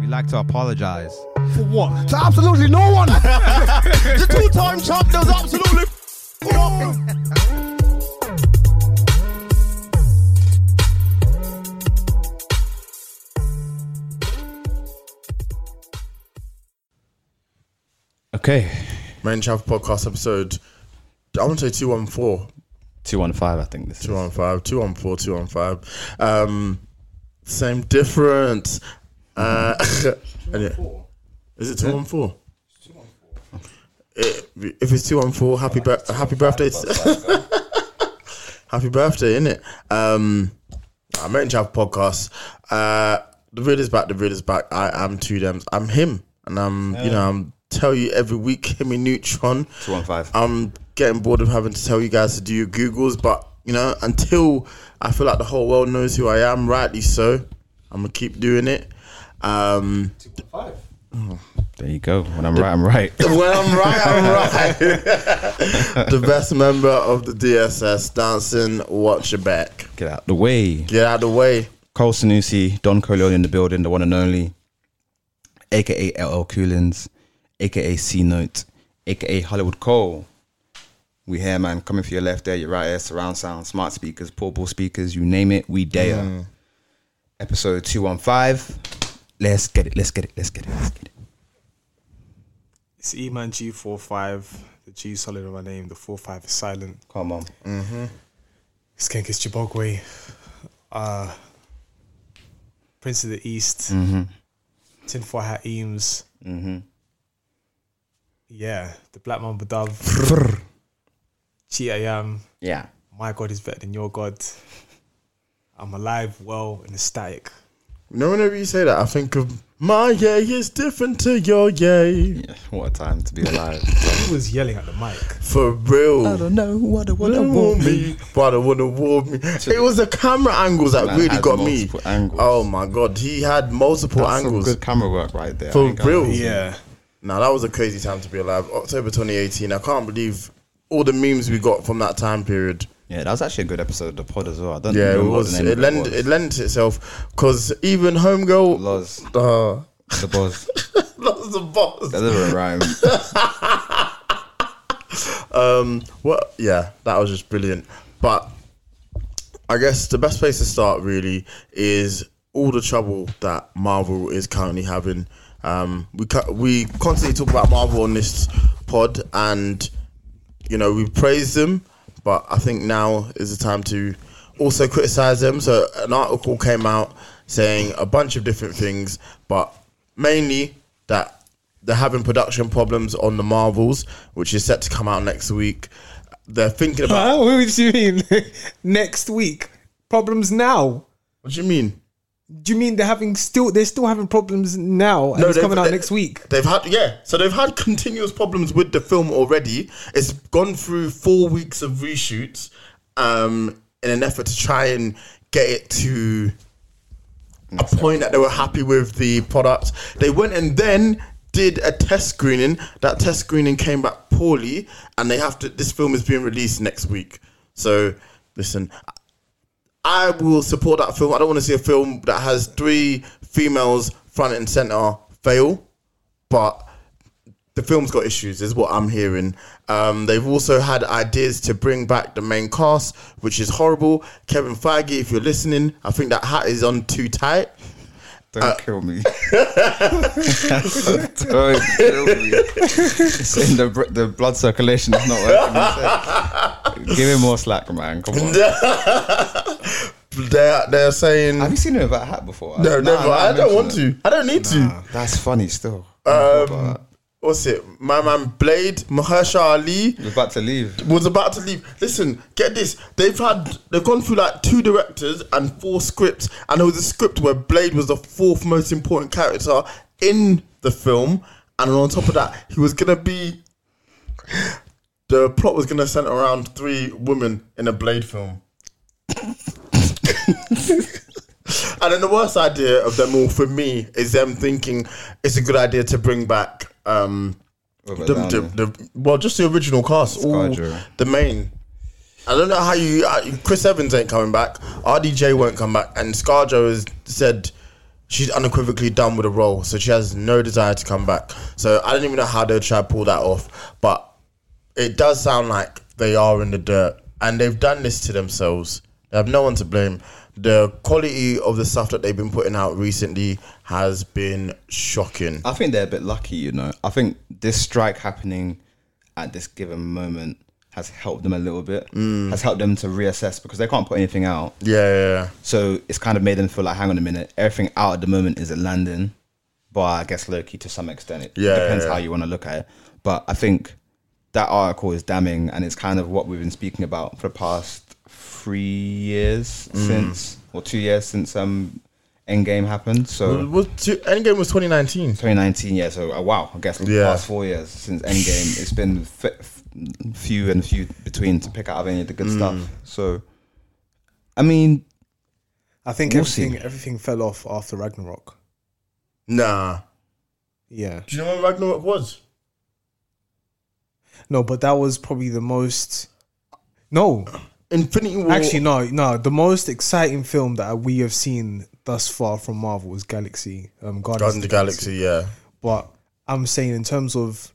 We like to apologize. For what? To absolutely no one. the two-time champ does absolutely f- Okay. Man Chav podcast episode. I want to say 214, 215, I think this is. 215, 214, 215. Um, same difference. Uh, anyway. Is it 214? It- Eh, If it's 214, happy, bir- happy birthday. to- happy birthday, innit? Um, I meant to have podcasts. Uh, the real is back. The real is back. I am two dems. I'm him, and I'm you know I'm tell you every week. Himmy Neutron. 215. I'm getting bored of having to tell you guys to do your googles, but you know until I feel like the whole world knows who I am, rightly so. I'm gonna keep doing it. Um, There you go. When I'm right, I'm right. when I'm right, I'm right. the best member of the DSS, dancing. Watch your back. Get out the way. Get out of the way. Cole Sanusi, Don Corleone in the building, the one and only, aka LL Coolins, aka C Note, aka Hollywood Cole. We here, man, coming for your left there, your right there, surround sound, smart speakers, portable speakers, you name it, we dare. Episode 215. Let's get it, let's get it, let's get it, let's get it. It's E Man G45. The G is solid on my name. The 45 is silent. Come on. Skank is Chibogwe. Uh, Prince of the East. Mm. Tinfoil Hat Eames. Mm-hmm. Yeah. The Black Mamba Dove. Cheat I am. Yeah. My God is better than your God. I'm alive, well, and ecstatic. No, whenever you say that, I think of my yay is different to your yay. yeah. What a time to be alive. Who was yelling at the mic? For real. don't know what a what Wanna warn me, but I wanna warn me. It was the camera angles that Man really had got me. multiple angles. Oh my god, he had multiple That's some angles. good camera work right there. I For ain't gonna- real. Yeah. Now that was a crazy time to be alive. October 2018. I can't believe all the memes we got from that time period. Yeah, that was actually a good episode of the pod as well. I don't Yeah, it remember what was. the name It of lent it lends itself because even homegirl Loz, uh, the boss. loves the boss. That doesn't rhyme. Um, what? Yeah, that was just brilliant. But I guess the best place to start really is all the trouble that Marvel is currently having. Um, we cu- we constantly talk about Marvel on this pod, and you know we praise them, but I think now is the time to also criticize them. So an article came out saying a bunch of different things, but mainly that they're having production problems on the Marvels, which is set to come out next week. They're thinking about Huh? What do you mean? Next week. Problems now. What do you mean? Do you mean they're having still they're still having problems now and it's they've- coming out they- next week? They've had yeah, so they've had continuous problems with the film already. It's gone through four weeks of reshoots, um, in an effort to try and get it to a point that they were happy with the product. They went and then did a test screening. That test screening came back poorly, and they have to. This film is being released next week. So listen, I will support that film. I don't want to see a film that has three females front and center fail, but the film's got issues, is what I'm hearing. Um, they've also had ideas to bring back the main cast, which is horrible. Kevin Feige, if you're listening, I think that hat is on too tight. Don't kill me. Don't kill me. Saying the, br- the blood circulation is not working. is it? Give him more slack, man. Come on. They're, they're saying, Have you seen him without a hat before? Nah, no, never. nah, I don't mention want it. to. I don't need to. That's funny still. Um, what's it? My man Blade, Mahershala Ali We're about to leave. was about to leave. Listen, get this. They've had they've gone through like two directors and four scripts, and there was a script where Blade was the fourth most important character in the film, and on top of that, he was gonna be the plot was gonna center around three women in a Blade film. And then the worst idea of them all for me is them thinking it's a good idea to bring back um the, the, the- well just the original cast, all Scarjo. the main. I don't know how you uh, Chris Evans ain't coming back, RDJ won't come back, and ScarJo has said she's unequivocally done with the role, so she has no desire to come back. So I don't even know how they'll try to pull that off, but it does sound like they are in the dirt and they've done this to themselves. They have no one to blame. The quality of the stuff that they've been putting out recently has been shocking. I think they're a bit lucky, you know. I think this strike happening at this given moment has helped them a little bit. Mm. Has helped them to reassess because they can't put anything out. Yeah, yeah, So it's kind of made them feel like, hang on a minute, everything out at the moment is at landing. But I guess Loki to some extent, it Yeah, depends yeah, how yeah. you want to look at it. But I think that article is damning, and it's kind of what we've been speaking about for the past three years Mm. since, or two years since um, Endgame happened. yeah. So Was two, Endgame was 2019. 2019, yeah. So uh, wow, I guess the Yeah. past four years since Endgame, it's been f- f- few and few between to pick out of any of the good Mm. stuff. So, I mean, I think We'll everything see. everything fell off after Ragnarok. Nah. Yeah. Do you know when Ragnarok was? No, but that was probably the most. No, Infinity War. actually, no, no. The most exciting film that we have seen thus far from Marvel was Galaxy, um, Guardians Guardians of of the Galaxy, yeah. But I'm saying in terms of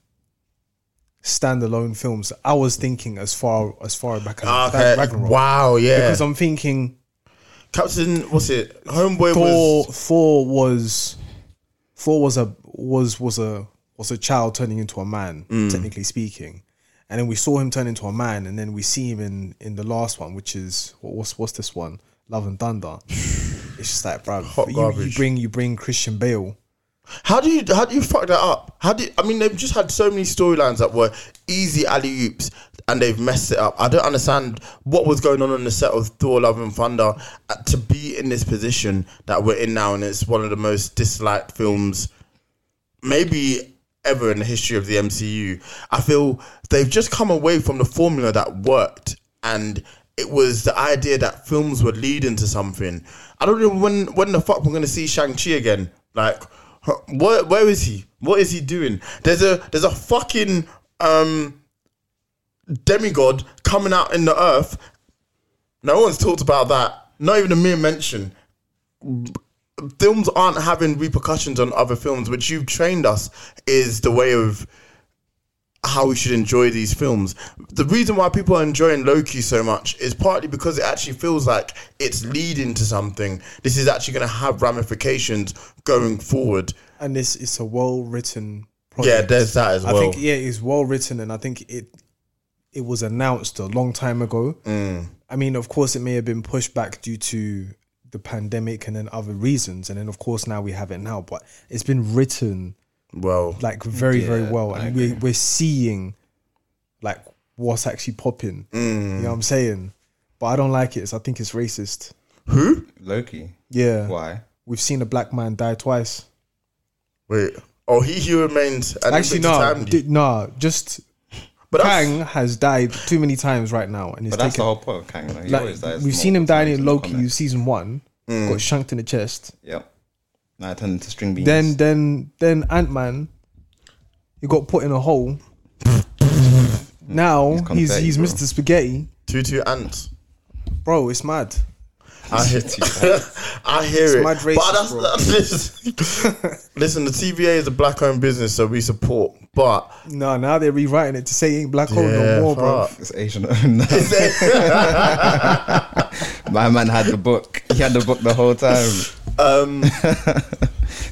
standalone films, I was thinking as far as far back as Ah, Okay. Ragnarok. Wow, yeah. Because I'm thinking Captain, what's it? Homeboy Thor. was. Thor was Thor was a was was a was a child turning into a man, Mm. technically speaking. And then we saw him turn into a man, and then we see him in in the last one, which is what, what's what's this one? Love and Thunder. it's just like, bro, you, you garbage. bring you bring Christian Bale. How do you how do you fuck that up? How do you, I mean they've just had so many storylines that were easy alley oops and they've messed it up. I don't understand what was going on on the set of Thor: Love and Thunder uh, to be in this position that we're in now, and it's one of the most disliked films maybe ever in the history of the MCU. I feel they've just come away from the formula that worked, and it was the idea that films would lead into something. I don't know when when the fuck we're gonna see Shang Chi again. Like, huh, where where is he? What is he doing? There's a there's a fucking um demigod coming out in the earth. No one's talked about that. Not even a mere mention films aren't having repercussions on other films, which you've trained us is the way of how we should enjoy these films. The reason why people are enjoying Loki so much is partly because it actually feels like it's leading to something. This is actually going to have ramifications going forward. And this it's a well written Yeah, there's that as well. I think yeah, it's well written, and I think it it was announced a long time ago. Mm. I mean, of course, it may have been pushed back due to the pandemic and then other reasons, and then of course now we have it now. But it's been written well, like very very well, and we we're seeing like what's actually popping. You Mm. know what I'm saying? But I don't like it. So I think it's racist. Loki. Yeah, Why? we've seen a black man die twice. wait. Oh, he, he remains. And Actually, Victor no, Timely. di- no, just. but that's- Kang has died too many times right now, and it's But that's taken the whole point of Kang. Like, he Like, always dies we've small- seen him small dying in in the Loki comics. season one, got shanked in the chest. Yep. Now I turned into string beans. Then, then, then Ant Man, he got put in a hole. now confetti, he's he's, bro. Mr. Spaghetti, Tutu Ants. bro. It's mad. I hear, I hear it. mad racist, but that's, bro. that's listen, listen, the TVA is a black owned business, so we support. But No, now they're rewriting it to say he ain't black hole no Yeah, more, bro. fuck. it's Asian. No. My man had the book. He had the book the whole time. um,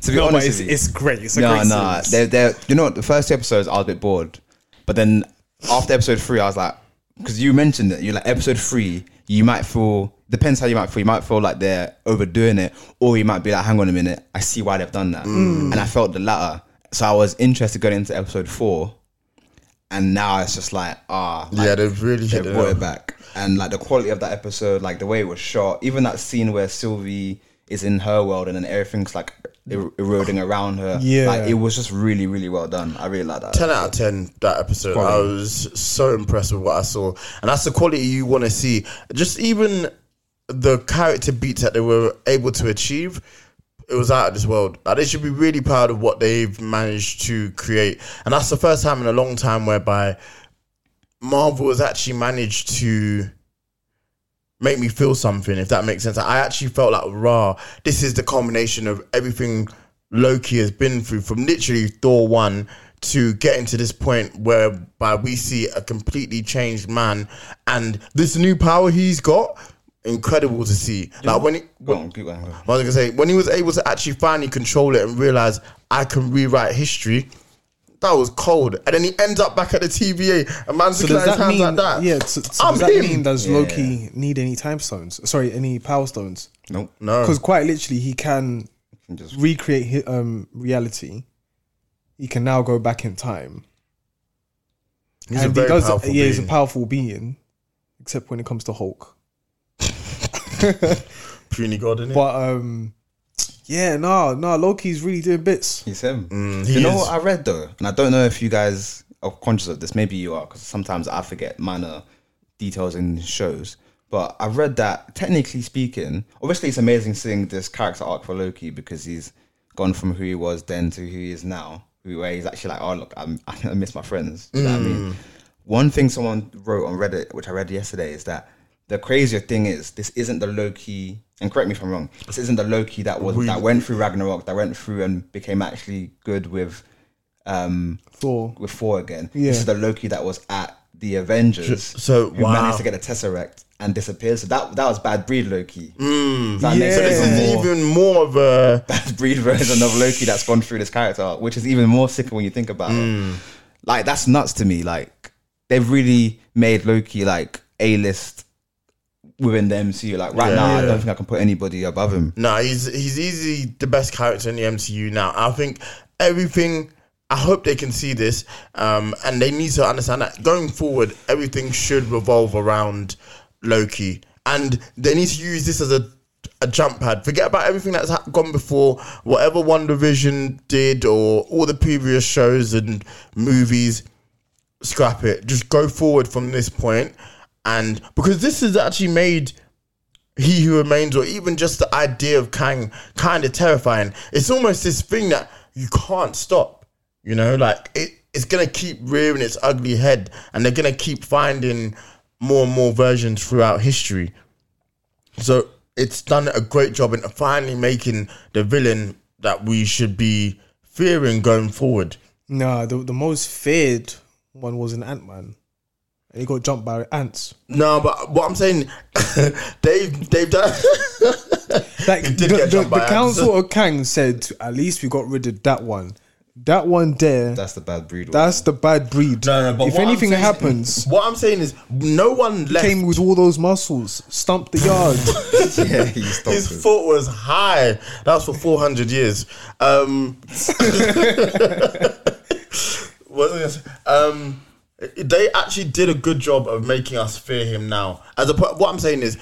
To be honest, with you, great. It's no, no. They're, they're, you know, what, the first two episodes I was a bit bored, but then after episode three, I was like, because you mentioned it, you're like episode three. You might feel depends how you might feel. You might feel like Mm. they're overdoing it, or you might be like, hang on a minute, I see why they've done that, and I felt the latter. So I was interested going into episode four, and now it's just like ah, like, Yeah, they've really they hit it brought up. it back, and like the quality of that episode, like the way it was shot, even that scene where Sylvie is in her world and then everything's like er- eroding around her. Yeah. like, it was just really, really well done. I really like that. 10 out of 10 that episode i was so impressed with what i saw and that's the quality you want to see just even the character beats that they were able to achieve it was out of this world like, they should be really proud of what they've managed to create and that's the first time in a long time whereby marvel has actually managed to make me feel something, if that makes sense. I actually felt like, rah, this is the culmination of everything Loki has been through from literally Thor 1 to getting to this point whereby we see a completely changed man and this new power he's got, incredible to see. Like when it, Go on, keep going. I was gonna say when he was able to actually finally control it and realize I can rewrite history. That was cold, and then he ends up back at the TVA. A man's So looking does at his that hands mean like that. yeah? So, so I'm does that him. mean does Loki need any time stones? Sorry, any power stones? Nope. no, Because quite literally, he can just- recreate hi- um, reality. He can now go back in time, he's a and very he does. powerful yeah, he's a being. powerful being, except when it comes to Hulk. puny god in it. But um, yeah, no, no, Loki's really doing bits. He's him. he you know is. what I read though, and I don't know if you guys are conscious of this. Maybe you are, because sometimes I forget minor details in shows. But I read that technically speaking, obviously it's amazing seeing this character arc for Loki because he's gone from who he was then to who he is now, who- where he's actually like, oh look, I'm, I miss my friends. You know what I Mm. mean, one thing someone wrote on Reddit, which I read yesterday, is that the crazier thing is this isn't the Loki. And correct me if I'm wrong. This isn't the Loki that was that went through Ragnarok, that went through and became actually good with um Thor. with Thor again. Yeah. This is the Loki that was at the Avengers. so, who wow. managed to get the Tesseract and disappeared. So that that was bad breed Loki. That makes So it this Mm. even is more even more of a bad breed version of Loki that's gone through this character, arc, which is even more sick when you think about it. Like that's nuts to me. Like they've really made Loki like a list within the MCU. Like right now, I don't think I can put anybody above him. no. He's he's easily the best character in the MCU now. I think everything. I hope they can see this, um, and they need to understand that going forward, everything should revolve around Loki, and they need to use this as a a jump pad. Forget about everything that's ha- gone before, whatever One Division did, or all the previous shows and movies. Scrap it. Just go forward from this point, and because this has actually made He Who Remains, or even just the idea of Kang, kind of terrifying. It's almost this thing that you can't stop. You know, like it, it's gonna keep rearing its ugly head, and they're gonna keep finding more and more versions throughout history. So it's done a great job in finally making the villain that we should be fearing going forward. Nah, the the most feared one was an Ant Man, and he got jumped by ants. No, but what I'm saying, they've they've done. Like He the, did get the, jumped by the ants. council of Kang said, at least we got rid of that one. That one there, That's the bad breed. that's the bad breed. No, no, but if what I'm anything saying- happens, what I'm saying is, no one left. came with all those muscles, stumped the yard. yeah, he stopped His it. foot was high. That was for 400 years. Um, what was I gonna say? um, they actually did a good job of making us fear him now. As a, po- what I'm saying is,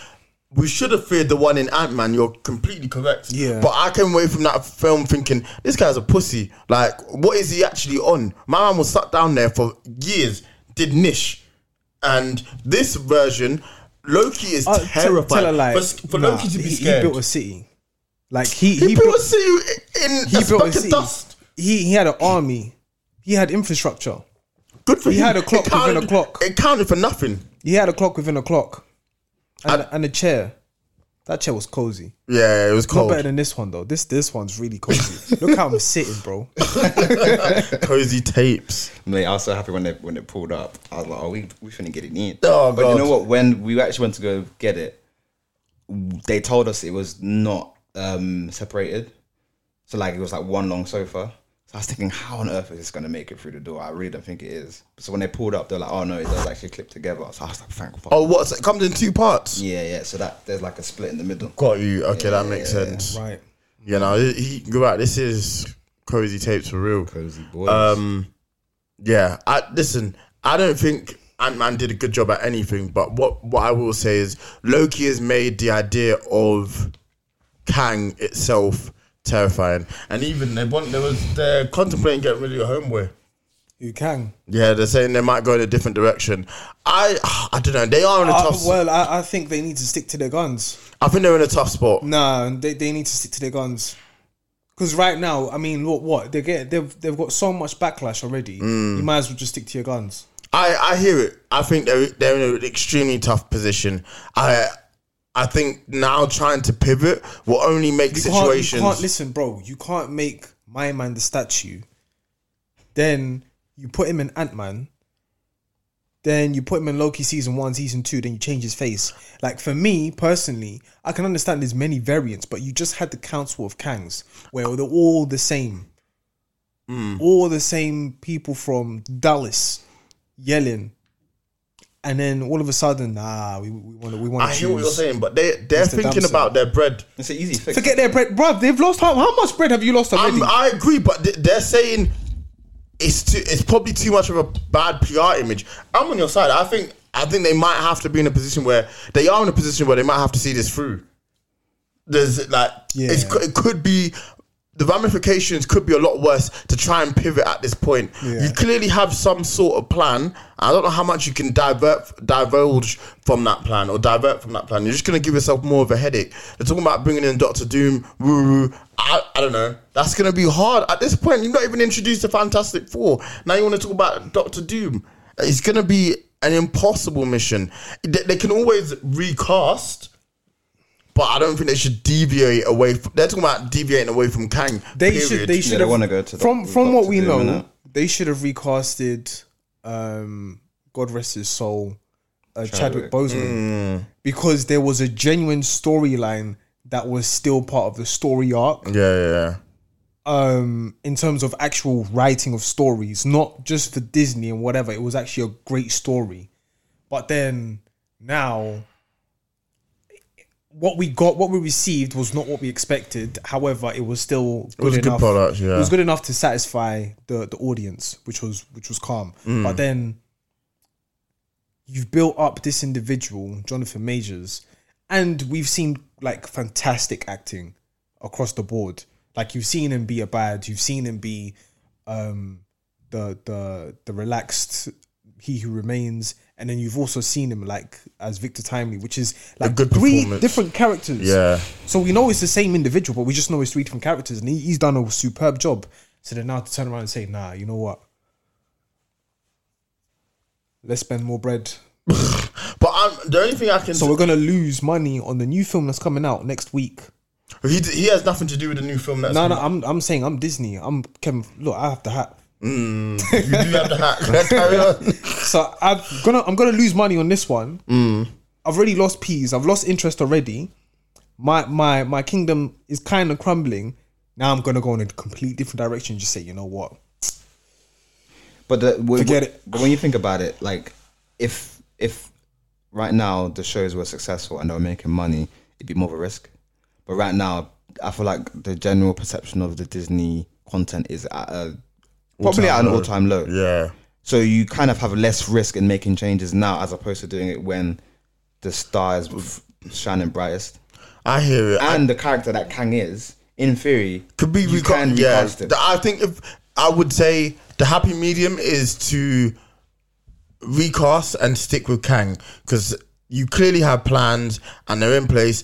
we should have feared the one in Ant Man. You're completely correct. Yeah. But I came away from that film thinking this guy's a pussy. Like, what is he actually on? My man was sat down there for years, did nish, and this version. Loki is Uh, t- terrifying. tell her like, for, s- for nah, Loki to be he, he scared, built a city. Like he he, he, built, built, a city in he a built a speck city. of dust. He he had an army. He had infrastructure. Good for He him. had a clock It within counted- a clock. It counted for nothing. He had a clock within a clock, and, I- and a chair. That chair was cozy. Yeah, it was Not cold. better than this one though. This this one's really cozy. Look how I'm sitting, bro. Cozy tapes. Mate, I was so happy when they when it pulled up. I was like, oh, we we finna get it in. Oh, but God. you know what? When we actually went to go get it, they told us it was not um, separated. So like it was like one long sofa. So I was thinking, how on earth is this gonna make it through the door? I really don't think it is. So when they pulled up, they're like, oh no, it does actually clip together. So I was like, thank fuck. Oh, what? So it comes in two parts. Yeah, yeah. So that there's like a split in the middle. Got you. Okay, that makes sense. Right. You know, he, you're right. This is cozy tapes for real. Cozy boys. Um, yeah. I listen. I don't think Ant Man did a good job at anything, but what what I will say is Loki has made the idea of Kang itself terrifying, and even they want there was they're contemplating getting rid of your homeboy. You can. Yeah, they're saying they might go in a different direction. I I don't know. They are in a Uh, tough. well, I, I think they need to stick to their guns. I think they're in a tough spot. Nah, they, they need to stick to their guns. Because right now, I mean, what what they get? They've they've got so much backlash already. Mm. You might as well just stick to your guns. I, I hear it. I think they're they're in an extremely tough position. I I think now trying to pivot will only make You can't, you situations. can't listen, bro. You can't make my man the statue. Then you put him in Ant Man. Then you put him in Loki season one, season two. Then you change his face. Like for me personally, I can understand there's many variants, but you just had the Council of Kangs where they're all the same, Mm. all the same people from Dallas yelling, and then all of a sudden, ah, we want to, we want I to hear what you're choose. saying, but they they're Mr. thinking Damson. about their bread. it's an easy fix. Forget their bread, bruv. They've lost how, how much bread have you lost already? I'm, I agree, but th- they're saying it's too, it's probably too much of a bad PR image. I'm on your side. I think I think they might have to be in a position where they are in a position where they might have to see this through. There's like it's, Yeah. it could be the ramifications could be a lot worse to try and pivot at this point. You clearly have some sort of plan. I don't know how much you can divert divulge from that plan or divert from that plan. You're just gonna give yourself more of a headache. They're talking about bringing in Doctor Doom. Woo woo. I, I don't know. That's gonna be hard at this point. You've not even introduced the Fantastic Four. Now you want to talk about Doctor Doom. It's gonna be an impossible mission. They, they can always recast. But I don't think they should deviate away. From, they're talking about deviating away from Kang. They period. should. They should. they have, wanna go to the- from the from what doctor we doing know. that. They should have recasted. Um, God rest his soul, uh, Chadwick, Boseman, because there was a genuine storyline that was still part of the story arc. Yeah, yeah, yeah. Um, in terms of actual writing of stories, not just for Disney and whatever. It was actually a great story, but then now. What we got, what we received, was not what we expected. However, it was still good It was a good enough product. Yeah, it was good enough to satisfy the the audience, which was which was calm. Mm. But then you've built up this individual, Jonathan Majors, and we've seen like fantastic acting across the board. Like you've seen him be a bad, you've seen him be um the the the relaxed he who remains and then you've also seen him like as Victor Timely, which is like good three performance. different characters. Yeah. So we know it's the same individual, but we just know it's three different characters, and he, he's done a superb job. So then now to turn around and say, "Nah, you know what? Let's spend more bread." But I'm, the only thing I can So we're gonna lose money on the new film that's coming out next week. he d- he has nothing to do with the new film. That's No, no, I'm I'm saying I'm Disney. I'm Kevin. Look, I have the hat. you do have the hat. Carry on. So I'm gonna I'm gonna lose money on this one. I've already lost peas. I've lost interest already. My my my kingdom is kind of crumbling. Now I'm gonna go in a complete different direction. Just say, you know what? But the, w- Forget w- it. But when you think about it, like if if right now the shows were successful and they were making money, it'd be more of a risk. But right now, I feel like the general perception of the Disney content is at a probably at an all time low. yeah, So you kind of have less risk in making changes now as opposed to doing it when the star is f- shining brightest I hear it. and the character that Kang is. In theory, could be you reca- can yeah. recast it. Th- I think if I would say the happy medium is to recast and stick with Kang because you clearly have plans and they're in place.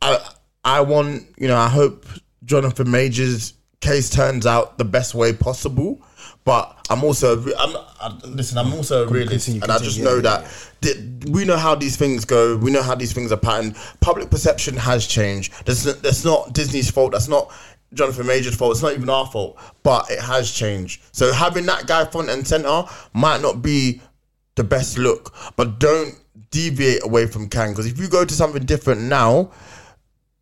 I I want you know I hope Jonathan Majors case turns out the best way possible. But I'm also a re- I'm I, listen. I'm also a realist, and I just know that th- we know how these things go. We know how these things are patterned. Public perception has changed. That's n- that's not Disney's fault. That's not Jonathan Major's fault. It's not even our fault. But it has changed. So having that guy front and center might not be the best look, but don't deviate away from Kang because if you go to something different now,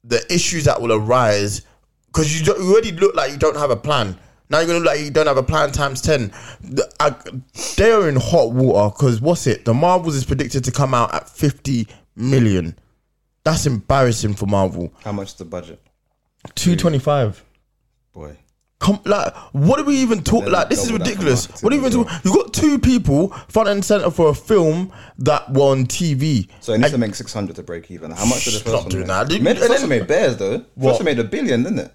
the issues that will arise because you, don't- you already look like you don't have a plan. Now you're gonna look like you don't have a plan times ten. The- I- they are in hot water because what's it? The Marvels is predicted to come out at fifty million. That's embarrassing for Marvel. How much is the budget, Two twenty-five. boy? come like what do we even talk Let me like this is double that ridiculous marketing what do you even as well. talk you got two people front and center for a film that were on TV So it needs to And- make 600 to break even. How much did the Stop first one doing make? that. Did- It made, it first also one- made bears though. First What? one made a billion, didn't it?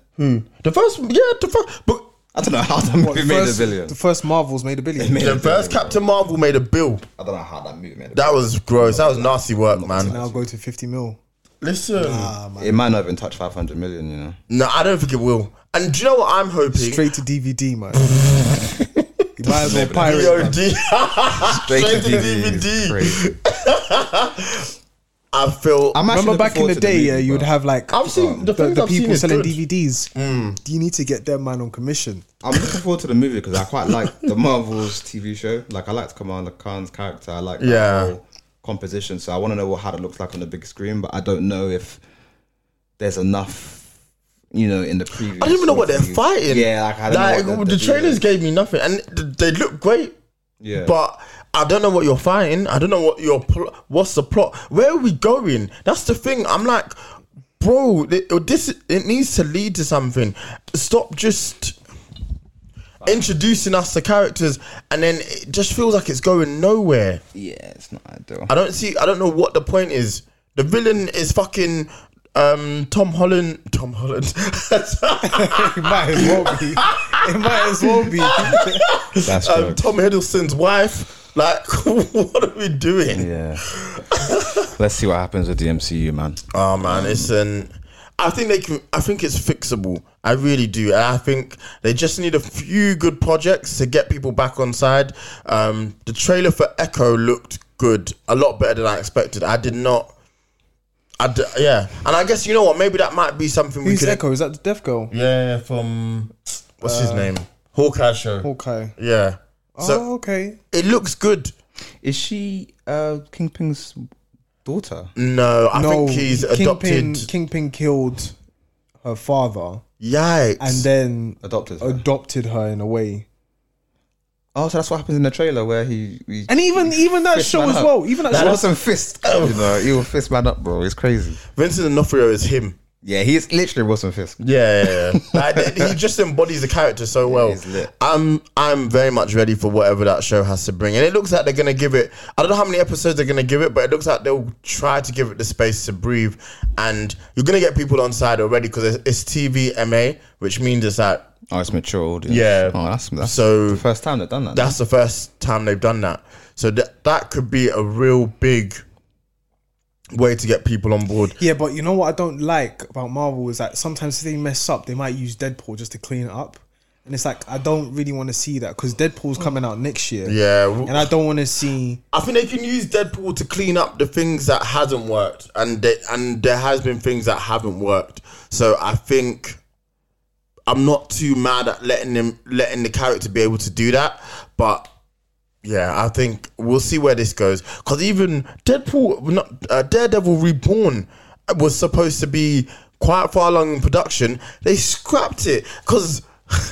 the first yeah the first but I don't know how that movie What, made a first- billion. The first Marvels made a billion. Made a the first billion, Captain Marvel made a bill bro. I don't know how that movie made a that was gross that was nasty work man now go to 50 mil. listen billion. It might not even touch 500 million, you know. no I don't think it will and do you know what I'm hoping Straight to DVD, man. you might as well pirate. it, man. VOD Straight Straight to to DVD. DVD. Crazy. I feel I'm actually Remember looking back in forward to the day, yeah, movie, you would bro. have like I've seen- the the, things the I've seen people is selling good. DVDs. You need to get them man on commission. I'm looking forward to the movie because I quite like the Marvels TV show. Like I liked Commander Khan's character. I like that Yeah. whole composition. So I want to know what, how it looks like on the big screen, but I don't know if there's enough, you know, in the previous. I don't even know what they're reviews. fighting. Yeah, like, I don't like, know what the, they're doing. trailers gave me nothing, and th- they look great, Yeah, but I don't know what you're fighting. I don't know what your pl- what's the plot. Where are we going? That's the thing. I'm like, bro, th- uh, this it needs to lead to something. Stop just introducing us to characters, and then it just feels like it's going nowhere. yeah, it's not ideal. I don't see. I don't know what the point is. The villain is fucking um Tom Holland. Tom Holland. It might as well be. It might as well be. That's um, true. Tom Hiddleston's wife. Like, what are we doing? yeah. Let's see what happens with the MCU, man. Oh man, Um, it's an. I think they can. I think it's fixable. I really do. And I think they just need a few good projects to get people back on side. Um, the trailer for Echo looked good, a lot better than I expected. I did not. I d- yeah, and I guess you know what? Maybe that might be something we Who's could. Echo? Is that the Deaf Girl? Yeah, from what's his name? Hawkeye show. Okay. Yeah. oh, So okay. it looks good. Is she uh, Kingpin's daughter? No, I no, think he's Kingpin, adopted. Kingpin killed her father Yikes. and then Adopted. Oh, her. adopted her in a way. oh, so that's what happens in the trailer where he. he And even even that fist show man as up. well. Even that Like, show. Wilson Fist. You know, he will fist man up, bro. It's crazy. Vincent D'Onofrio is him. Yeah, he's literally Wilson Fisk. Yeah, yeah, yeah. like, th- he just embodies the character so well. he's lit. I'm I'm very much ready for whatever that show has to bring, and it looks like they're gonna give it. I don't know how many episodes they're gonna give it, but it looks like they'll try to give it the space to breathe. And you're gonna get people on side already because it's, it's TVMA, which means it's like Oh, it's mature audience. Yeah. Oh, that's, that's So- the first time they've done that. that's the first time they've done that. So that that could be a real big way to get people on board. Yeah, but you know what I don't like about Marvel is that sometimes if they mess up, they might use Deadpool just to clean it up. And it's like I don't really want to see that because Deadpool's coming out next year. Yeah. w- And I don't want to see I think they can use Deadpool to clean up the things that hasn't worked, and they, and there has been things that haven't worked. So I think I'm not too mad at letting them letting the character be able to do that, but. Yeah, I think we'll see where this goes. Because even Deadpool, not uh, Daredevil Reborn, was supposed to be quite far along in production. They scrapped it because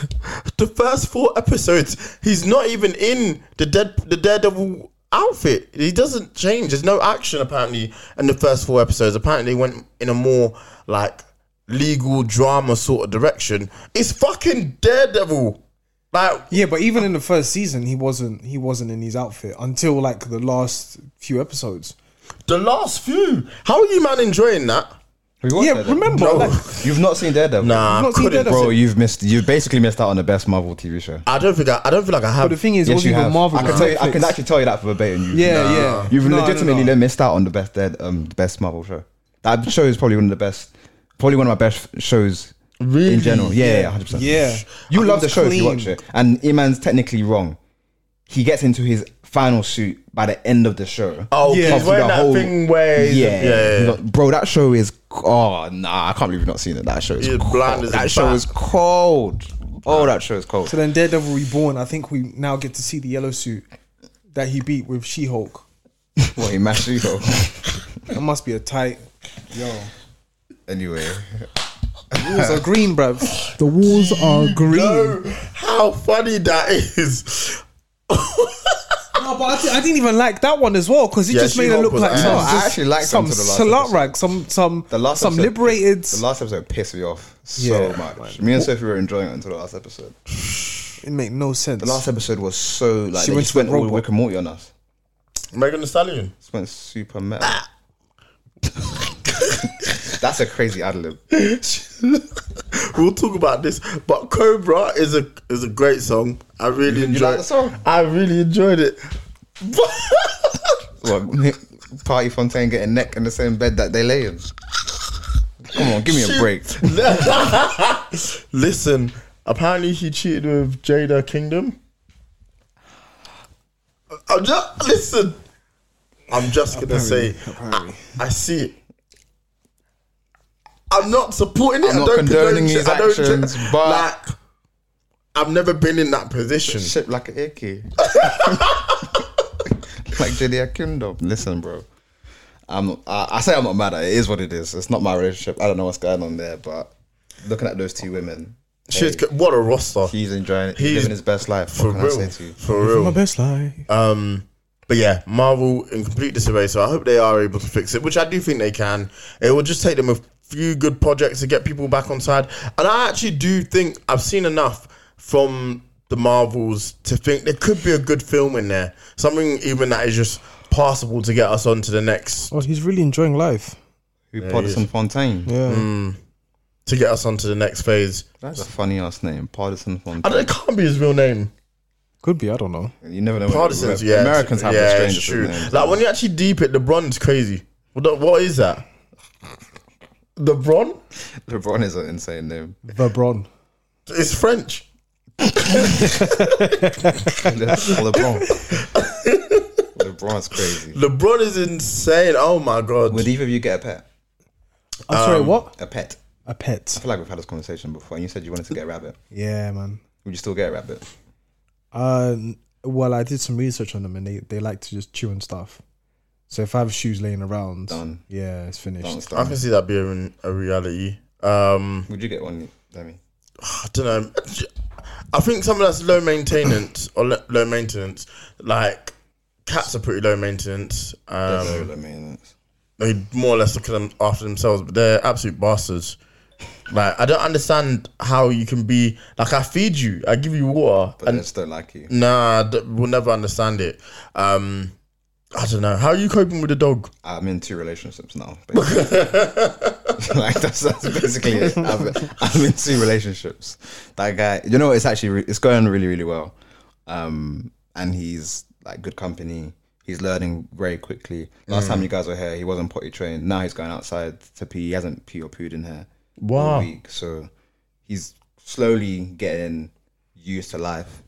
the first four episodes, he's not even in the dead the Daredevil outfit. He doesn't change. There's no action apparently in the first four episodes. Apparently, they went in a more like legal drama sort of direction. It's fucking Daredevil. Like Yeah, but even in the first season he wasn't he wasn't in his outfit until like the last few episodes. The last few. How are you man enjoying that? Have you watched yeah, Daredevil? remember, No. like- you've not seen Daredevil. Nah, You've not seen couldn't, Uh, Daredevil? bro, you've missed. You've basically missed out on the best Marvel TV show. I don't think I, I don't feel like I But have. the thing is it yes, wasn't you even have. Marvel. I can on tell you, I Netflix. can actually tell you that for verbatim. You've, Yeah, yeah. You've No, no, no. legitimately missed out on the best Dead, um, best Marvel show. That show is probably one of the best, probably one of my best shows Really? in general. Yeah, yeah, hundred percent. Yeah. you I love the was show if you clean. watch it. And Iman's technically wrong. He gets into his final suit by the end of the show. Oh, Yeah. yeah, He's After wearing the that whole- thing where he's- yeah, yeah, yeah. bro, that show is oh nah, I can't believe you've not seen it. That show is He's cold. blind as a that show bat. is cold. Oh, that show is cold. So then Daredevil Reborn, I think we now get to see the yellow suit that he beat with She Hulk. Wait, Mashiko. That must be a tight yo. anyway, Walls are green, bruv. The walls are green. Yo, how funny that is. No, but I, thi- I didn't even like that one as well because it Yeah, just made her She-Hulk look was like ass. some, No, I just actually liked some until the last slut episode. rag, some some The last some episode- liberated. The last episode pissed me off so Yeah, much. Me and Sophie were enjoying it until the last episode. It made no sense. The last episode was so like She she they went just to went the all robot. Rick and Morty on us. Megan Thee Stallion. Just went super metal. That's a crazy ad lib. We'll talk about this, but Cobra is a is a great song. I really enjoyed. like the song? I really enjoyed it. What, Party Fontaine getting neck in the same bed that they lay in. Come on, give me a break. Listen, apparently he cheated with Jada Kingdom. I'm just listen. I'm just gonna say, I, I see it. I'm not supporting it. I'm I not don't condoning condone his it. I don't actions, ju- but- like, I've never been in that position. Shit like a icky. like Jedi Kingdom. Listen, bro. I'm, I, I say I'm not mad at it. It is what it is. It's not my relationship. I don't know what's going on there, but looking at those two women, Shit, what a roster he's enjoying it. He's- He's living his best life. for what can I real, say to you? for real. my best life. Uh, Um, but yeah, Marvel in complete disarray. So I hope they are able to fix it, which I do think they can. It will just take them a few good projects to get people back on side. And I actually do think I've seen enough from the Marvels to think there could be a good film in there. Something even that is just passable to get us on to the next oh, he's really enjoying life. Who Partisan Fontaine? Yeah. to get us on to the next phase. That's a funny ass name, Partisan Fontaine. I don't, it can't be his real name. Could be. I don't know. You never know. what- Partisans, Amer- yeah. Americans have yeah, the it's strangest true. names. Like when you actually deep it, LeBron's crazy. What the- What is that? LeBron? LeBron is an insane name. Lebron. It's French. LeBron. LeBron's crazy. LeBron is insane. Oh my god. Would either of you get a pet? I'm sorry. What? A pet. A pet. I feel like we've had this conversation before, and you said you wanted to get a rabbit. Yeah, man. Would you still get a rabbit? Uh, well, I did some research on them, and they, they like to just chew and stuff. So if I have shoes laying around, Done. yeah, it's Don't finished. I start. can see that being a reality. Um, Would you get one, Demi? I don't know. I think something that's low maintenance or le- low maintenance, like cats are pretty low maintenance. Um, I mean, it's- they more or less look at them after themselves, but they're absolute bastards. Like I don't understand how you can be like I feed you, I give you water, but I just don't like you. nah, d- we'll never understand it. Um, I don't know. How are you coping with the dog? I'm in two relationships now. basically. like that's, that's basically it. I'm, I'm in two relationships. That guy, you know, it's actually re- it's going really really well, um, and he's like good company. He's learning very quickly. Last time you guys were here, he wasn't potty trained. Now he's going outside to pee. He hasn't pee or pooed in here Wow. all week, so he's slowly getting used to life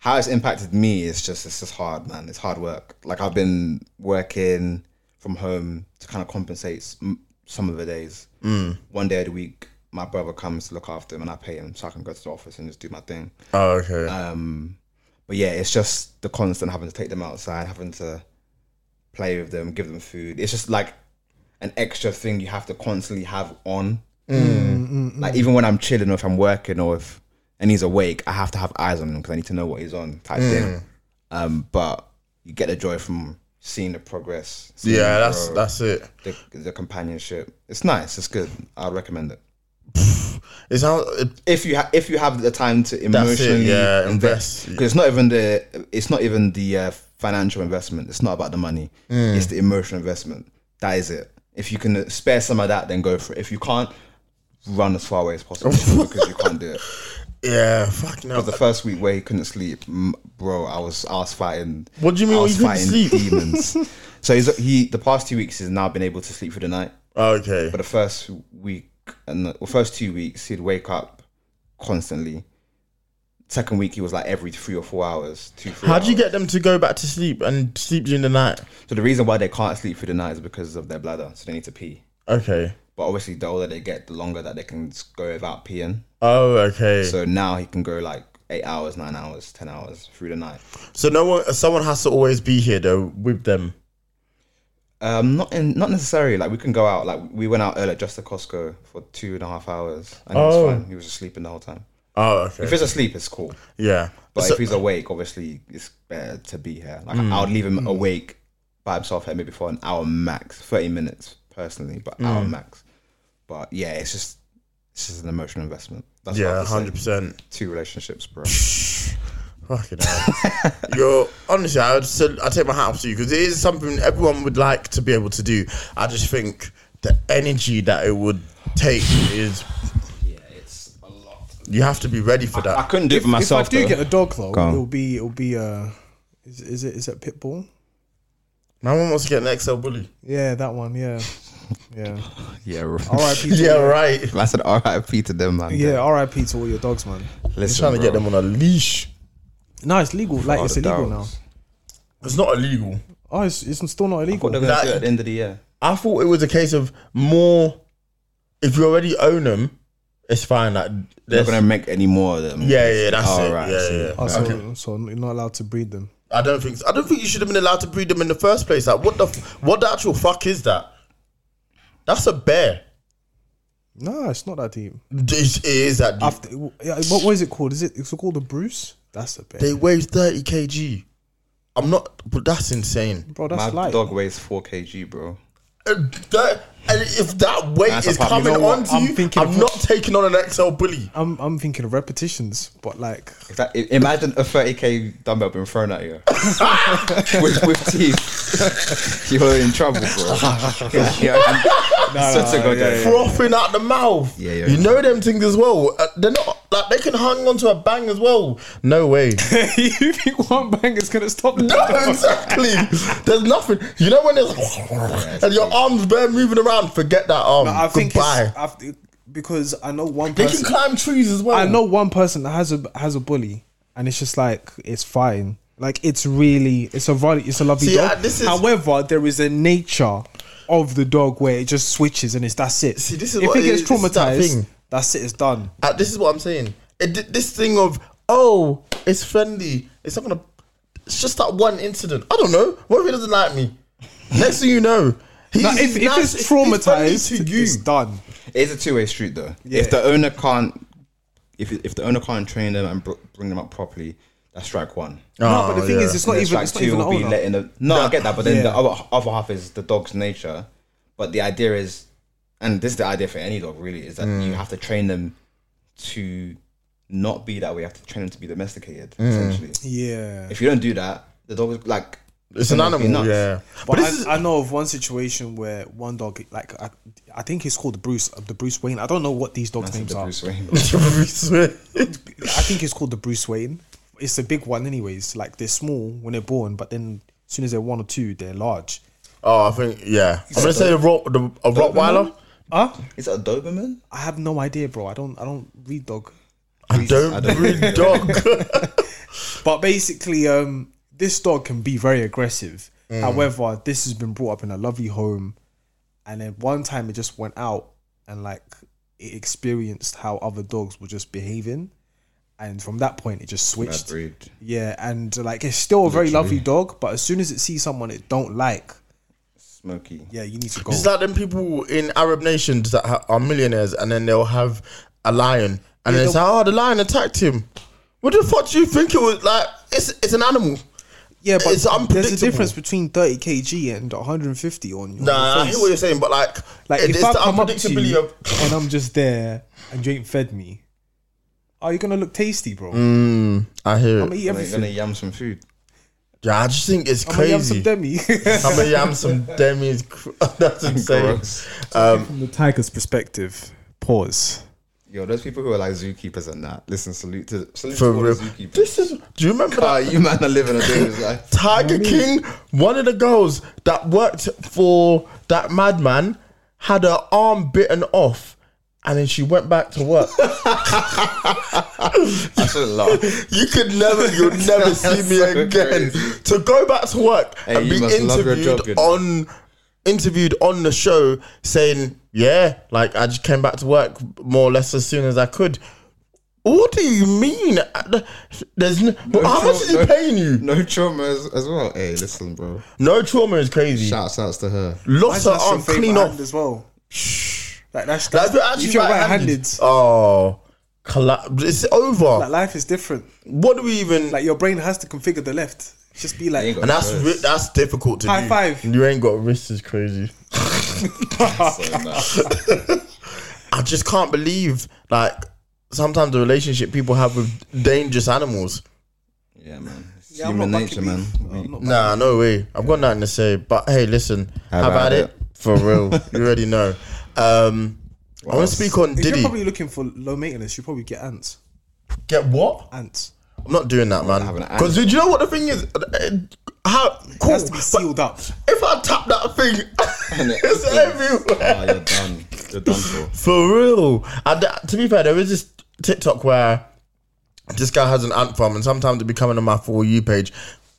how it's impacted me is just it's just hard, man. It's hard work. Like I've been working from home to kind of compensate s- m- some of the days. Mm. One day of the week, my brother comes to look after him, and I pay him so I can go to the office and just do my thing. Oh, okay. But yeah, it's just the constant having to take them outside, having to play with them, give them food. It's just like an extra thing you have to constantly have on. Mm, Like even when I'm chilling, or if I'm working, or if and he's awake, I have to have eyes on him because I need to know what he's on type Mm. thing. Um, but you get the joy from seeing the progress. seeing yeah, the that's growth, that's it. the, the companionship. It's nice. It's good. I'd recommend it It sounds. It, if you ha- if you have the time to emotionally yeah, invest invest. because it's not even the it's not even the uh, financial investment it's not about the money Mm. it's the emotional investment that is it if you can spare some of that then go for it if you can't run as far away as possible because you can't do it yeah, fucking hell. the first week where he couldn't sleep mm, bro i was i was fighting What do you mean i when was you couldn't fighting sleep? demons so he's he the past two weeks he's now been able to sleep through the night Okay. but the first week and the well, first two weeks he'd wake up constantly second week he was like every three or four hours two three How do you hours. get them to go back to sleep and sleep during the night? so the reason why they can't sleep through the night is because of their bladder so they need to pee Okay. but obviously the older they get the longer that they can s- go without peeing Oh, okay. So, so now he can go like eight hours nine hours ten hours through the night no one, someone has to always be here though with them. um not in not necessarily like we can go out like we went out earlier just to costco for two and a half hours and it was Oh. fine he was just sleeping the whole time Oh, If okay. it's asleep, it's cool. Yeah. But So- Hmm. if he's awake, obviously it's better to be here. Like I would leave him awake by himself here maybe for an hour max, thirty minutes personally, but hour Hmm. max. But yeah, it's just it's just an emotional investment. That's yeah, hundred hundred percent. Two relationships, bro. Fucking hell. You're honestly, I would say, I take my hat off to you because it is something everyone would like to be able to do. I just think the energy that it would take is yeah, it's a lot. you have to be ready for I that. couldn't do it for myself. if I do though. get a dog though, Go on. it'll be it'll be uh is, is it is it pitbull? My mum wants to get an XL bully. Yeah, that one. Yeah, yeah. yeah, right. R.I.P. to- Yeah, right. I said RIP to them, man. Yeah, R.I.P. to all your dogs, man. listen, trying to get bro. them on a leash. No, it's legal. Like it's the illegal dogs. now. It's not illegal. Oh, it's, it's still not illegal. What they're gonna That- do at the end of the year? I thought it was a case of more. If you already own them, it's fine. Like They're there's- not gonna make any more of them. yeah, yeah, that's Oh, it. right, I yeah, see. yeah. Oh, so, so you're not allowed to breed them. I don't think. I don't think you should have been allowed to breed them in the first place. Like what the f- what the actual fuck is that? That's a bear. No, it's not that deep. This is that. After, yeah, what, what is it called? Is it it's called a Bruce? That's a bit. they weigh thirty kg. I'm not, but that's insane. Bro, that's My light. dog weighs four kg, bro. Uh, that- and if that weight That's a is problem. coming You know what? onto I'm you, thinking I'm of- not taking on an XL bully. I'm I'm thinking of repetitions, but like If that, i- imagine a 30k dumbbell being thrown at you with, with teeth. You're in trouble, bro. yeah, yeah. Such a good day. frothing out the mouth. Yeah, yeah, you yeah. know them things as well. Uh, they're not like they can hang on to a bang as well. No way. you think one bang is gonna stop the no, exactly. There's nothing. You know when there's and your arms bare moving around. Forget that arm. I think it's, Goodbye. I th- because I know one They can person. climb trees as well. I know one person that has a has a bully, and it's just like it's fine. Like it's really it's a really, it's a lovely See, dog. uh, this is- However, there is a nature of the dog where it just switches and it's that's it. See, this is if what it it gets is, this is that traumatized, thing. that's it. It's done. Uh, this is what I'm saying. It, thi- this thing of oh, it's friendly. It's not gonna. It's just that one incident. I don't know. What if he doesn't like me? Next thing you know, he's Now, if, if nice- it's he's friendly traumatized, to you. it's done. It's a two-way street, though. Yeah. If the owner can't, if if the owner can't train them and br- bring them up properly, that's strike one. no, Oh, but the Ah, thing is, it's not Then even strike it's not two even the will be owner. letting the. No, I get that, but then the Yeah. other other half is the dog's nature. But the idea is, and this is the idea for any dog really, is that you have to train them to not be that way. You have to train them to be domesticated, essentially. Yeah. If you don't do that, the dog is like It's an gonna be animal. nuts. Yeah, But, but I, this is I know of one situation where one dog, like I, I think he's called Bruce, uh, the Bruce Wayne. I don't know what these dogs' names the are. Bruce Wayne. Oh, I think it's called the Bruce Wayne. It's a big one, anyways. Like they're small when they're born, but then as soon as they're one or two, they're large. Oh, I think yeah. I'm gonna say the, Ro- the a Rottweiler. Huh? Is it a Doberman? I have no idea, bro. I don't. I don't read dog. I don't, I don't breed know. dog. But basically, um, this dog can be very aggressive. Mm. However, this has been brought up in a lovely home, and then one time it just went out and like it experienced how other dogs were just behaving, and from that point it just Bad switched. breed. Yeah, and like it's still a very lovely dog, but as soon as it sees someone it don't like, Smoky. yeah, you need to go. It's like them people in Arab nations that ha- are millionaires, and then they'll have a lion, and it's like, oh, the lion attacked him. What the fuck do you think it was? Like, it's it's an animal. Yeah, but It's there's a unpredictable. difference between 30 kg and 150 on your Nah, I face. hear what you're saying, but like, like it- if it's I the come up to unpredictability you of. and I'm just there and you ain't fed me, are you gonna look tasty, bro? Mm. I hear I'm gonna it. eat Are they gonna everything. yam some food? Yeah, I just think it's I'm gonna have some crazy. demi. I'm gonna yam some demi. is cr- That's insane. From the tiger's perspective, pause. Yo, those people who are like zookeepers and that. Listen, salute to salute For to all real. the zookeepers. This is. Do you remember Ah, that? you man are living a day of life. Tiger King, one of the girls that worked for that madman had her arm bitten off and then she went back to work. I should laugh. you could never, you'll never see me So again. crazy. To go back to work Hey, and you be must love your interviewed job, you know. on interviewed on the show saying, Yeah, like I just came back to work more or less as soon as I could. What do you mean? Uh, There's no, how much is he no- paying you? No trauma as, as well. Hey, listen, bro. No trauma is crazy. Shouts outs to her. Lost her arm um, clean off. as well. Like that's, That's that's, if you're right-handed. Oh, collapse. It's over. Like life is different. what do we even? Like your brain has to configure the left. Just be like, and that's ri- that's difficult to High do. five. You ain't got wrists is crazy. So, I just can't believe like sometimes the relationship people have with dangerous animals. yeah, man. It's Yeah, I'm human not nature, fucking man. beef. I'm not- Nah, no way. I've got nothing to say. But hey, listen, Have have, at at it. for real. you already know. Um, I want to speak on if you're Diddy. probably looking for low maintenance, you probably get ants. Get what? Ants. I'm not doing that, man. having an Because do you know what the thing is? Uh, How It cool. has to be sealed up. but if I tap that thing, And it it's opens. everywhere. Ah, you're done. You're done for. For real. And th- to be fair, there is this TikTok where this guy has an ant farm, and sometimes it be coming on my for you page.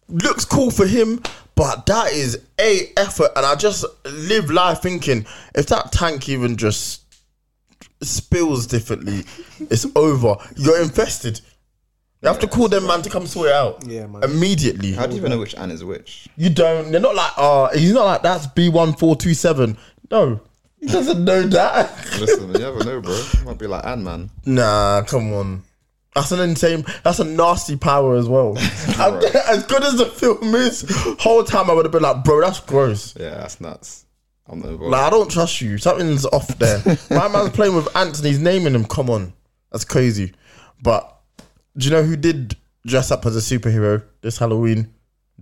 Looks cool for him, but that is a effort, and I just live life thinking if that tank even just spills differently, it's over. You're invested. You have to call them man to come sort it out. Yeah, man. Immediately. How do you even know which ant is which? You don't. They're not like, oh, he's not like that's B one four two seven. No, he doesn't know that. Listen, you never know, bro. It might be like Ant Man. Nah, come on. That's an insane. That's a nasty power as well. And as good as the film is, whole time I would have been like, bro, that's gross. Yeah, that's nuts. I'm not Like involved. I don't trust you. Something's off there. My man's playing with ants and he's naming them. Come on, that's crazy. But do you know who did dress up as a superhero this Halloween?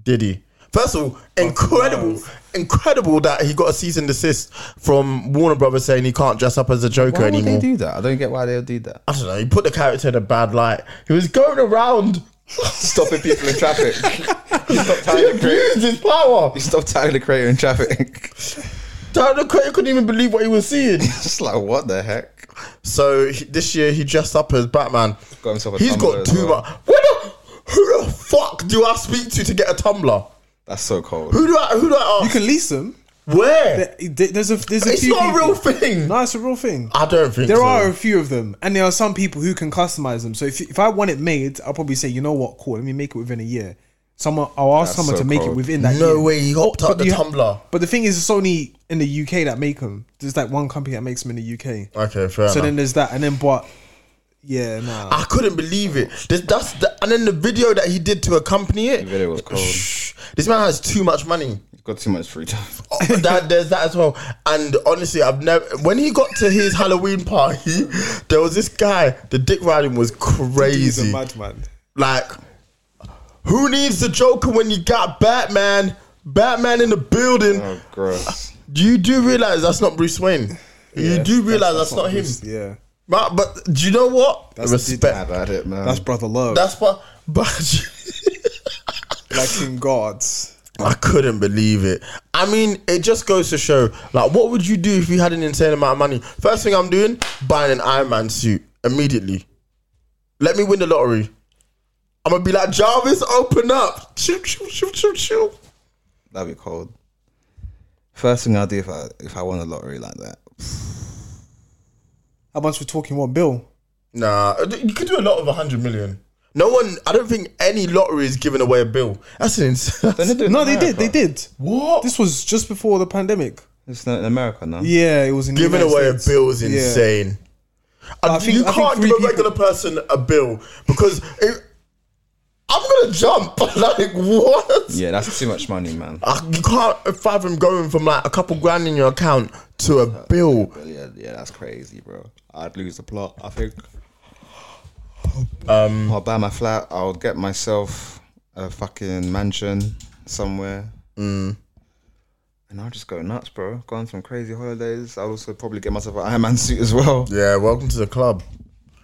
Diddy. First of all, incredible, incredible that he got a cease and desist from Warner Brothers saying he can't dress up as a Joker Why would anymore. they do that? I don't get why they would do that. I don't know. He put the character in a bad light. He was going around. Stopping people in traffic. you stop He tying the crate. abused his power. You stop tying the crate in traffic. Tyler Craig couldn't even believe what he was seeing. Just like what the heck? So he, this year he dressed up as Batman. Got himself a He's Tumblr got as too well. much. What the? Who the fuck do I speak to to get a Tumblr? That's so cold. Who do I? Who do I You ask? can lease them. Where? There- There's a there's a It's few not a people- real thing. No, it's a real thing. I don't think There so. are a few of them, and there are some people who can customize them. So if, if I want it made, I'll probably say, you know what, cool, let me make it within a year. Someone, I'll ask That's someone so to make it cold. within that. No year. way, he hopped Oh, up but the you- Tumblr. But the thing is, it's only in the UK that make them. There's like one company that makes them in the UK. Okay, fair So enough. Ah, then there's that, and then but yeah, nah. I couldn't believe it. This, that's the, and then the video that he did to accompany it. The video was cold. Shh. This man has too much money. He's got too much free time. Oh, that, there's that as well. And honestly, I've never. When he got to his Halloween party, there was this guy. The dick riding was He's a crazy. madman. Like, who needs the Joker when you got Batman? Batman in the building. Oh, gross. You do realize that's not Bruce Wayne. you do realize that's, not, him. It's- Yeah, But, but do you know what? Have Respect. at it, man. that's brother love. That's That's what. But like King Guards. I couldn't believe it. I mean, it just goes to show, like, what would you do if you had an insane amount of money? First thing I'm doing, buying an Iron Man suit immediately. Let me win the lottery. I'm gonna be like Jarvis, open up. Choo, choo, choo, choo, choo. That'd be cold. First thing I'll do if I if I won a lottery like that. How much we're talking? What bill? Nah, uh, you could do a lot of 100 million. No one, I don't think any lottery is giving away a bill. That's an insane. No, they did. They did. What? This was just before the pandemic. It's not in America now. Yeah, it was in the giving United away a States. bill is Yeah. insane. And I think- you I think can't three give a people- regular person a bill because it, I'm gonna jump. like what? Yeah, that's too much money, man. I, you can't fathom going from like a couple grand in your account to a bill. Yeah, yeah, that's crazy, bro. I'd lose the plot. I think. Um, I'll buy my flat. I'll get myself a fucking mansion somewhere. Mm. And I'll just go nuts, bro. Go on some crazy holidays. I'll also probably get myself an Iron Man suit as well. Yeah, welcome to the club.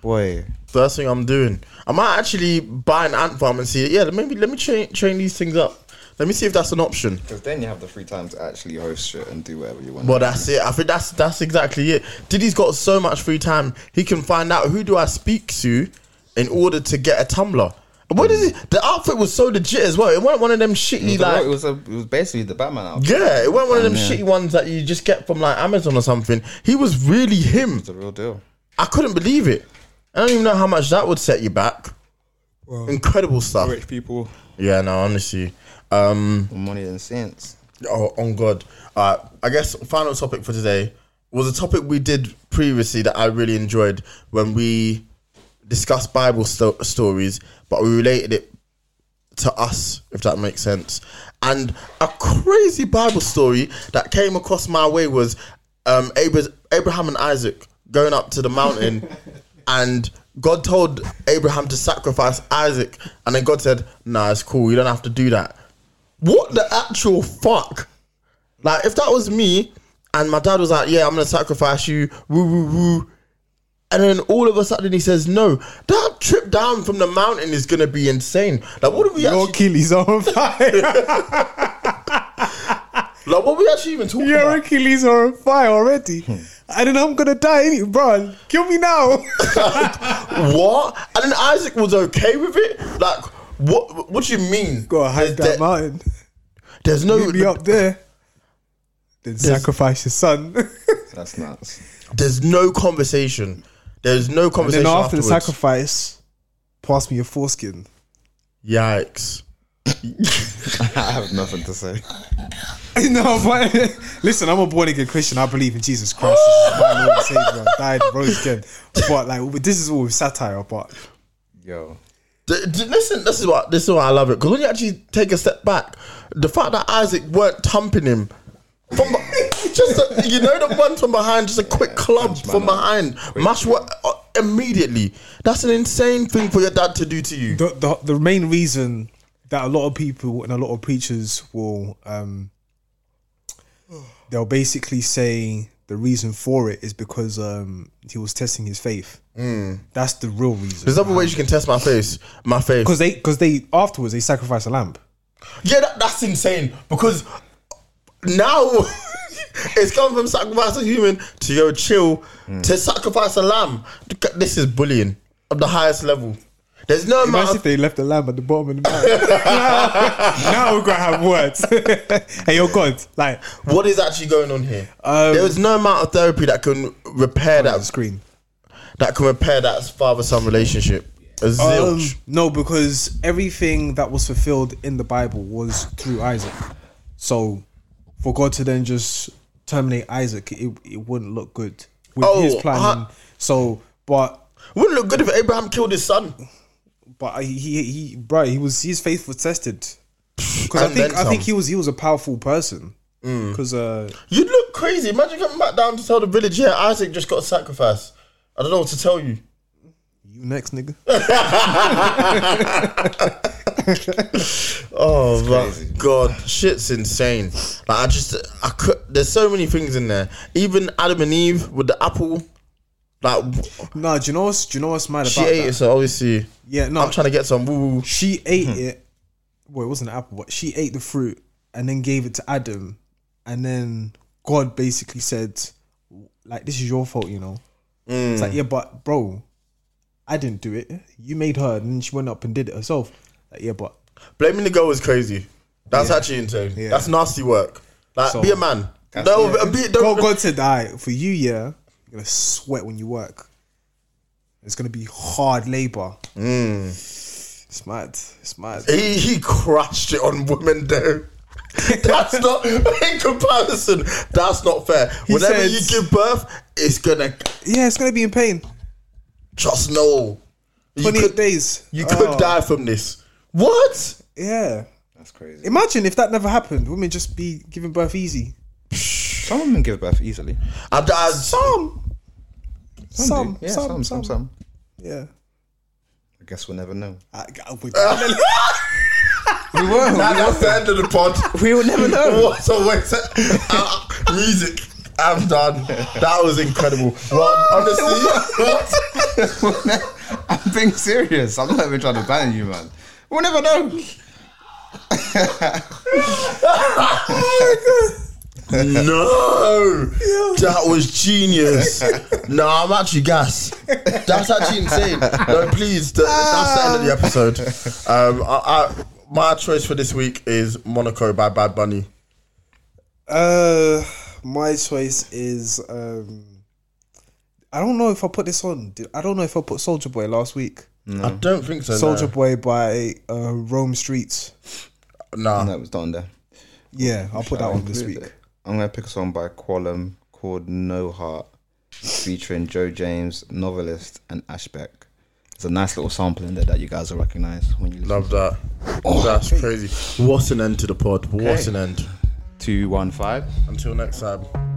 Boy, First thing I'm doing, I might actually buy an ant farm and see. Yeah, maybe let me train train these things up. Let me see if that's an option. because then you have the free time to actually host shit and do whatever you want. Well, that's it. I think that's that's exactly it. Diddy's got so much free time; he can find out who do I speak to in order to get a Tumblr. What is it? The outfit was so legit as well. It wasn't one of them it shitty was, a lot- like. it was a, it was basically the Batman outfit. yeah, it wasn't one of them Yeah. shitty ones that you just get from like Amazon or something. He was really him. It's the real deal. I couldn't believe it. I don't even know how much that would set you back. Incredible stuff. Rich people, Yeah, no, honestly. Um, with money and sense. Oh, on God. Uh, I guess final topic for today was a topic we did previously that I really enjoyed when we discuss Bible sto- stories, but we related it to us, if that makes sense. And a crazy Bible story that came across my way was um, Abra- Abraham and Isaac going up to the mountain, and God told Abraham to sacrifice Isaac, and then God said, "Nah, it's cool. You don't have to do that." What the actual fuck? Like, if that was me, and my dad was like, "Yeah, I'm gonna sacrifice you," woo woo woo. And then all of a sudden he says, "No, that trip down from the mountain is gonna be insane. Like, what are we Your actually Achilles are on fire. Like, what we actually even talking Your about? Achilles are on fire already. Hmm. And then I'm gonna die, any- bro. Kill me now. what? And then Isaac was okay with it. Like, what? What do you mean? Gotta hide There's- there- that mountain. There's no. Meet me up there. Then sacrifice your son. and That's nuts. There's no conversation. There's no conversation then after the afterwards. sacrifice, pass me your foreskin. Yikes! I have nothing to say. no, but listen, I'm a born again Christian. I believe in Jesus Christ. He's my Lord and Savior. I died, and rose again. But like, this is all with satire. But Yo. D- d- listen, this is what this is why I love it because when you actually take a step back, the fact that Isaac weren't thumping him from be- just a, you know the one from behind, just a quick club from behind, mash what uh, immediately. That's an insane thing for your dad to do to you. the, the the main reason that a lot of people and a lot of preachers will um they'll basically say the reason for it is because um he was testing his faith. That's the real reason. There's other ways you can test my face, my face. Because they because they afterwards they sacrifice a lamb. Yeah, that, that's insane because now it's come from sacrifice a human to go chill to sacrifice a lamb. Look at- This is bullying of the highest level. There's no Imagine amount. if Of, they left the lamb at the bottom of the mountain. now, now we're gonna have words. hey, yo, God, like what is actually going on here? Um, there is no amount of therapy that can repair the that. screen. That can repair that father-son relationship. A Um, zilch. no, because everything that was fulfilled in the Bible was through Isaac. So for God to then just terminate Isaac, it, it wouldn't look good with Oh, his plan. huh. so, but Wouldn't look good if Abraham killed his son. but he he, he bro, he was his faith was tested because I And think then I some. Mm. think he was he was a powerful person because uh, You'd look crazy. Imagine coming back down to tell the village, yeah, Isaac just got sacrificed. I don't know what to tell you. you next nigga. Oh my god, shit's insane. Like I just, I could. There's so many things in there. Even Adam and Eve with the apple. Like No, do you know what's do you know what's mad she about ate that? it, so obviously Yeah, no, I'm trying to get some woo. woo. she ate Mm-hmm. it. Well, it wasn't an apple, but she ate the fruit and then gave it to Adam, and then God basically said, "Like this is your fault," you know. It's Mm. like, yeah, but bro, I didn't do it. You made her, and then she went up and did it herself. Like, yeah, but Blaming the girl is crazy. That's actually insane. That's nasty work. Like So- be a man. No, be, don't, God, God said, "All right, for you, yeah, you're gonna sweat when you work. It's gonna be hard labor. Mm. It's mad. It's mad. He he crushed it on women though. That's not in comparison. That's not fair. Whenever said- you give birth, it's gonna Yeah, it's gonna be in pain. just know. You 28 could, days. you could Oh, die from this. What? Yeah." That's crazy. Imagine if that never happened. Women just be giving birth easy. Some women give birth easily. I, I, Some. Some. do. Yeah, some, some, some, some. Yeah. I guess we'll never know. I, I, would- We will. Nah, that's the end of the pod. we will never know. What a waste of- Ah, music. I'm done. That was incredible. Well, honestly, what? I'm being serious. I'm not even trying to ban you, man. We'll never know. no, that was genius. no, I'm actually gas. That's actually insane. No, please, th- that's the end of the episode. Um, I, I, my choice for this week is Monaco by Bad Bunny. uh, my choice is. Um, I don't know if I put this on. Did- I don't know if I put Soldier Boy last week. I don't think so. Soldier Boy by uh, Rome Streets. Nah. No, it was down there. Yeah, I'll put that on this week. I'm gonna pick a song by Qualum called No Heart, featuring Joe James, novelist, and Ashbeck. It's It's a nice little sample in there that you guys will recognize when you listen. Love that. That's crazy. What's an end to the pod? What's an end? 215. Until next time.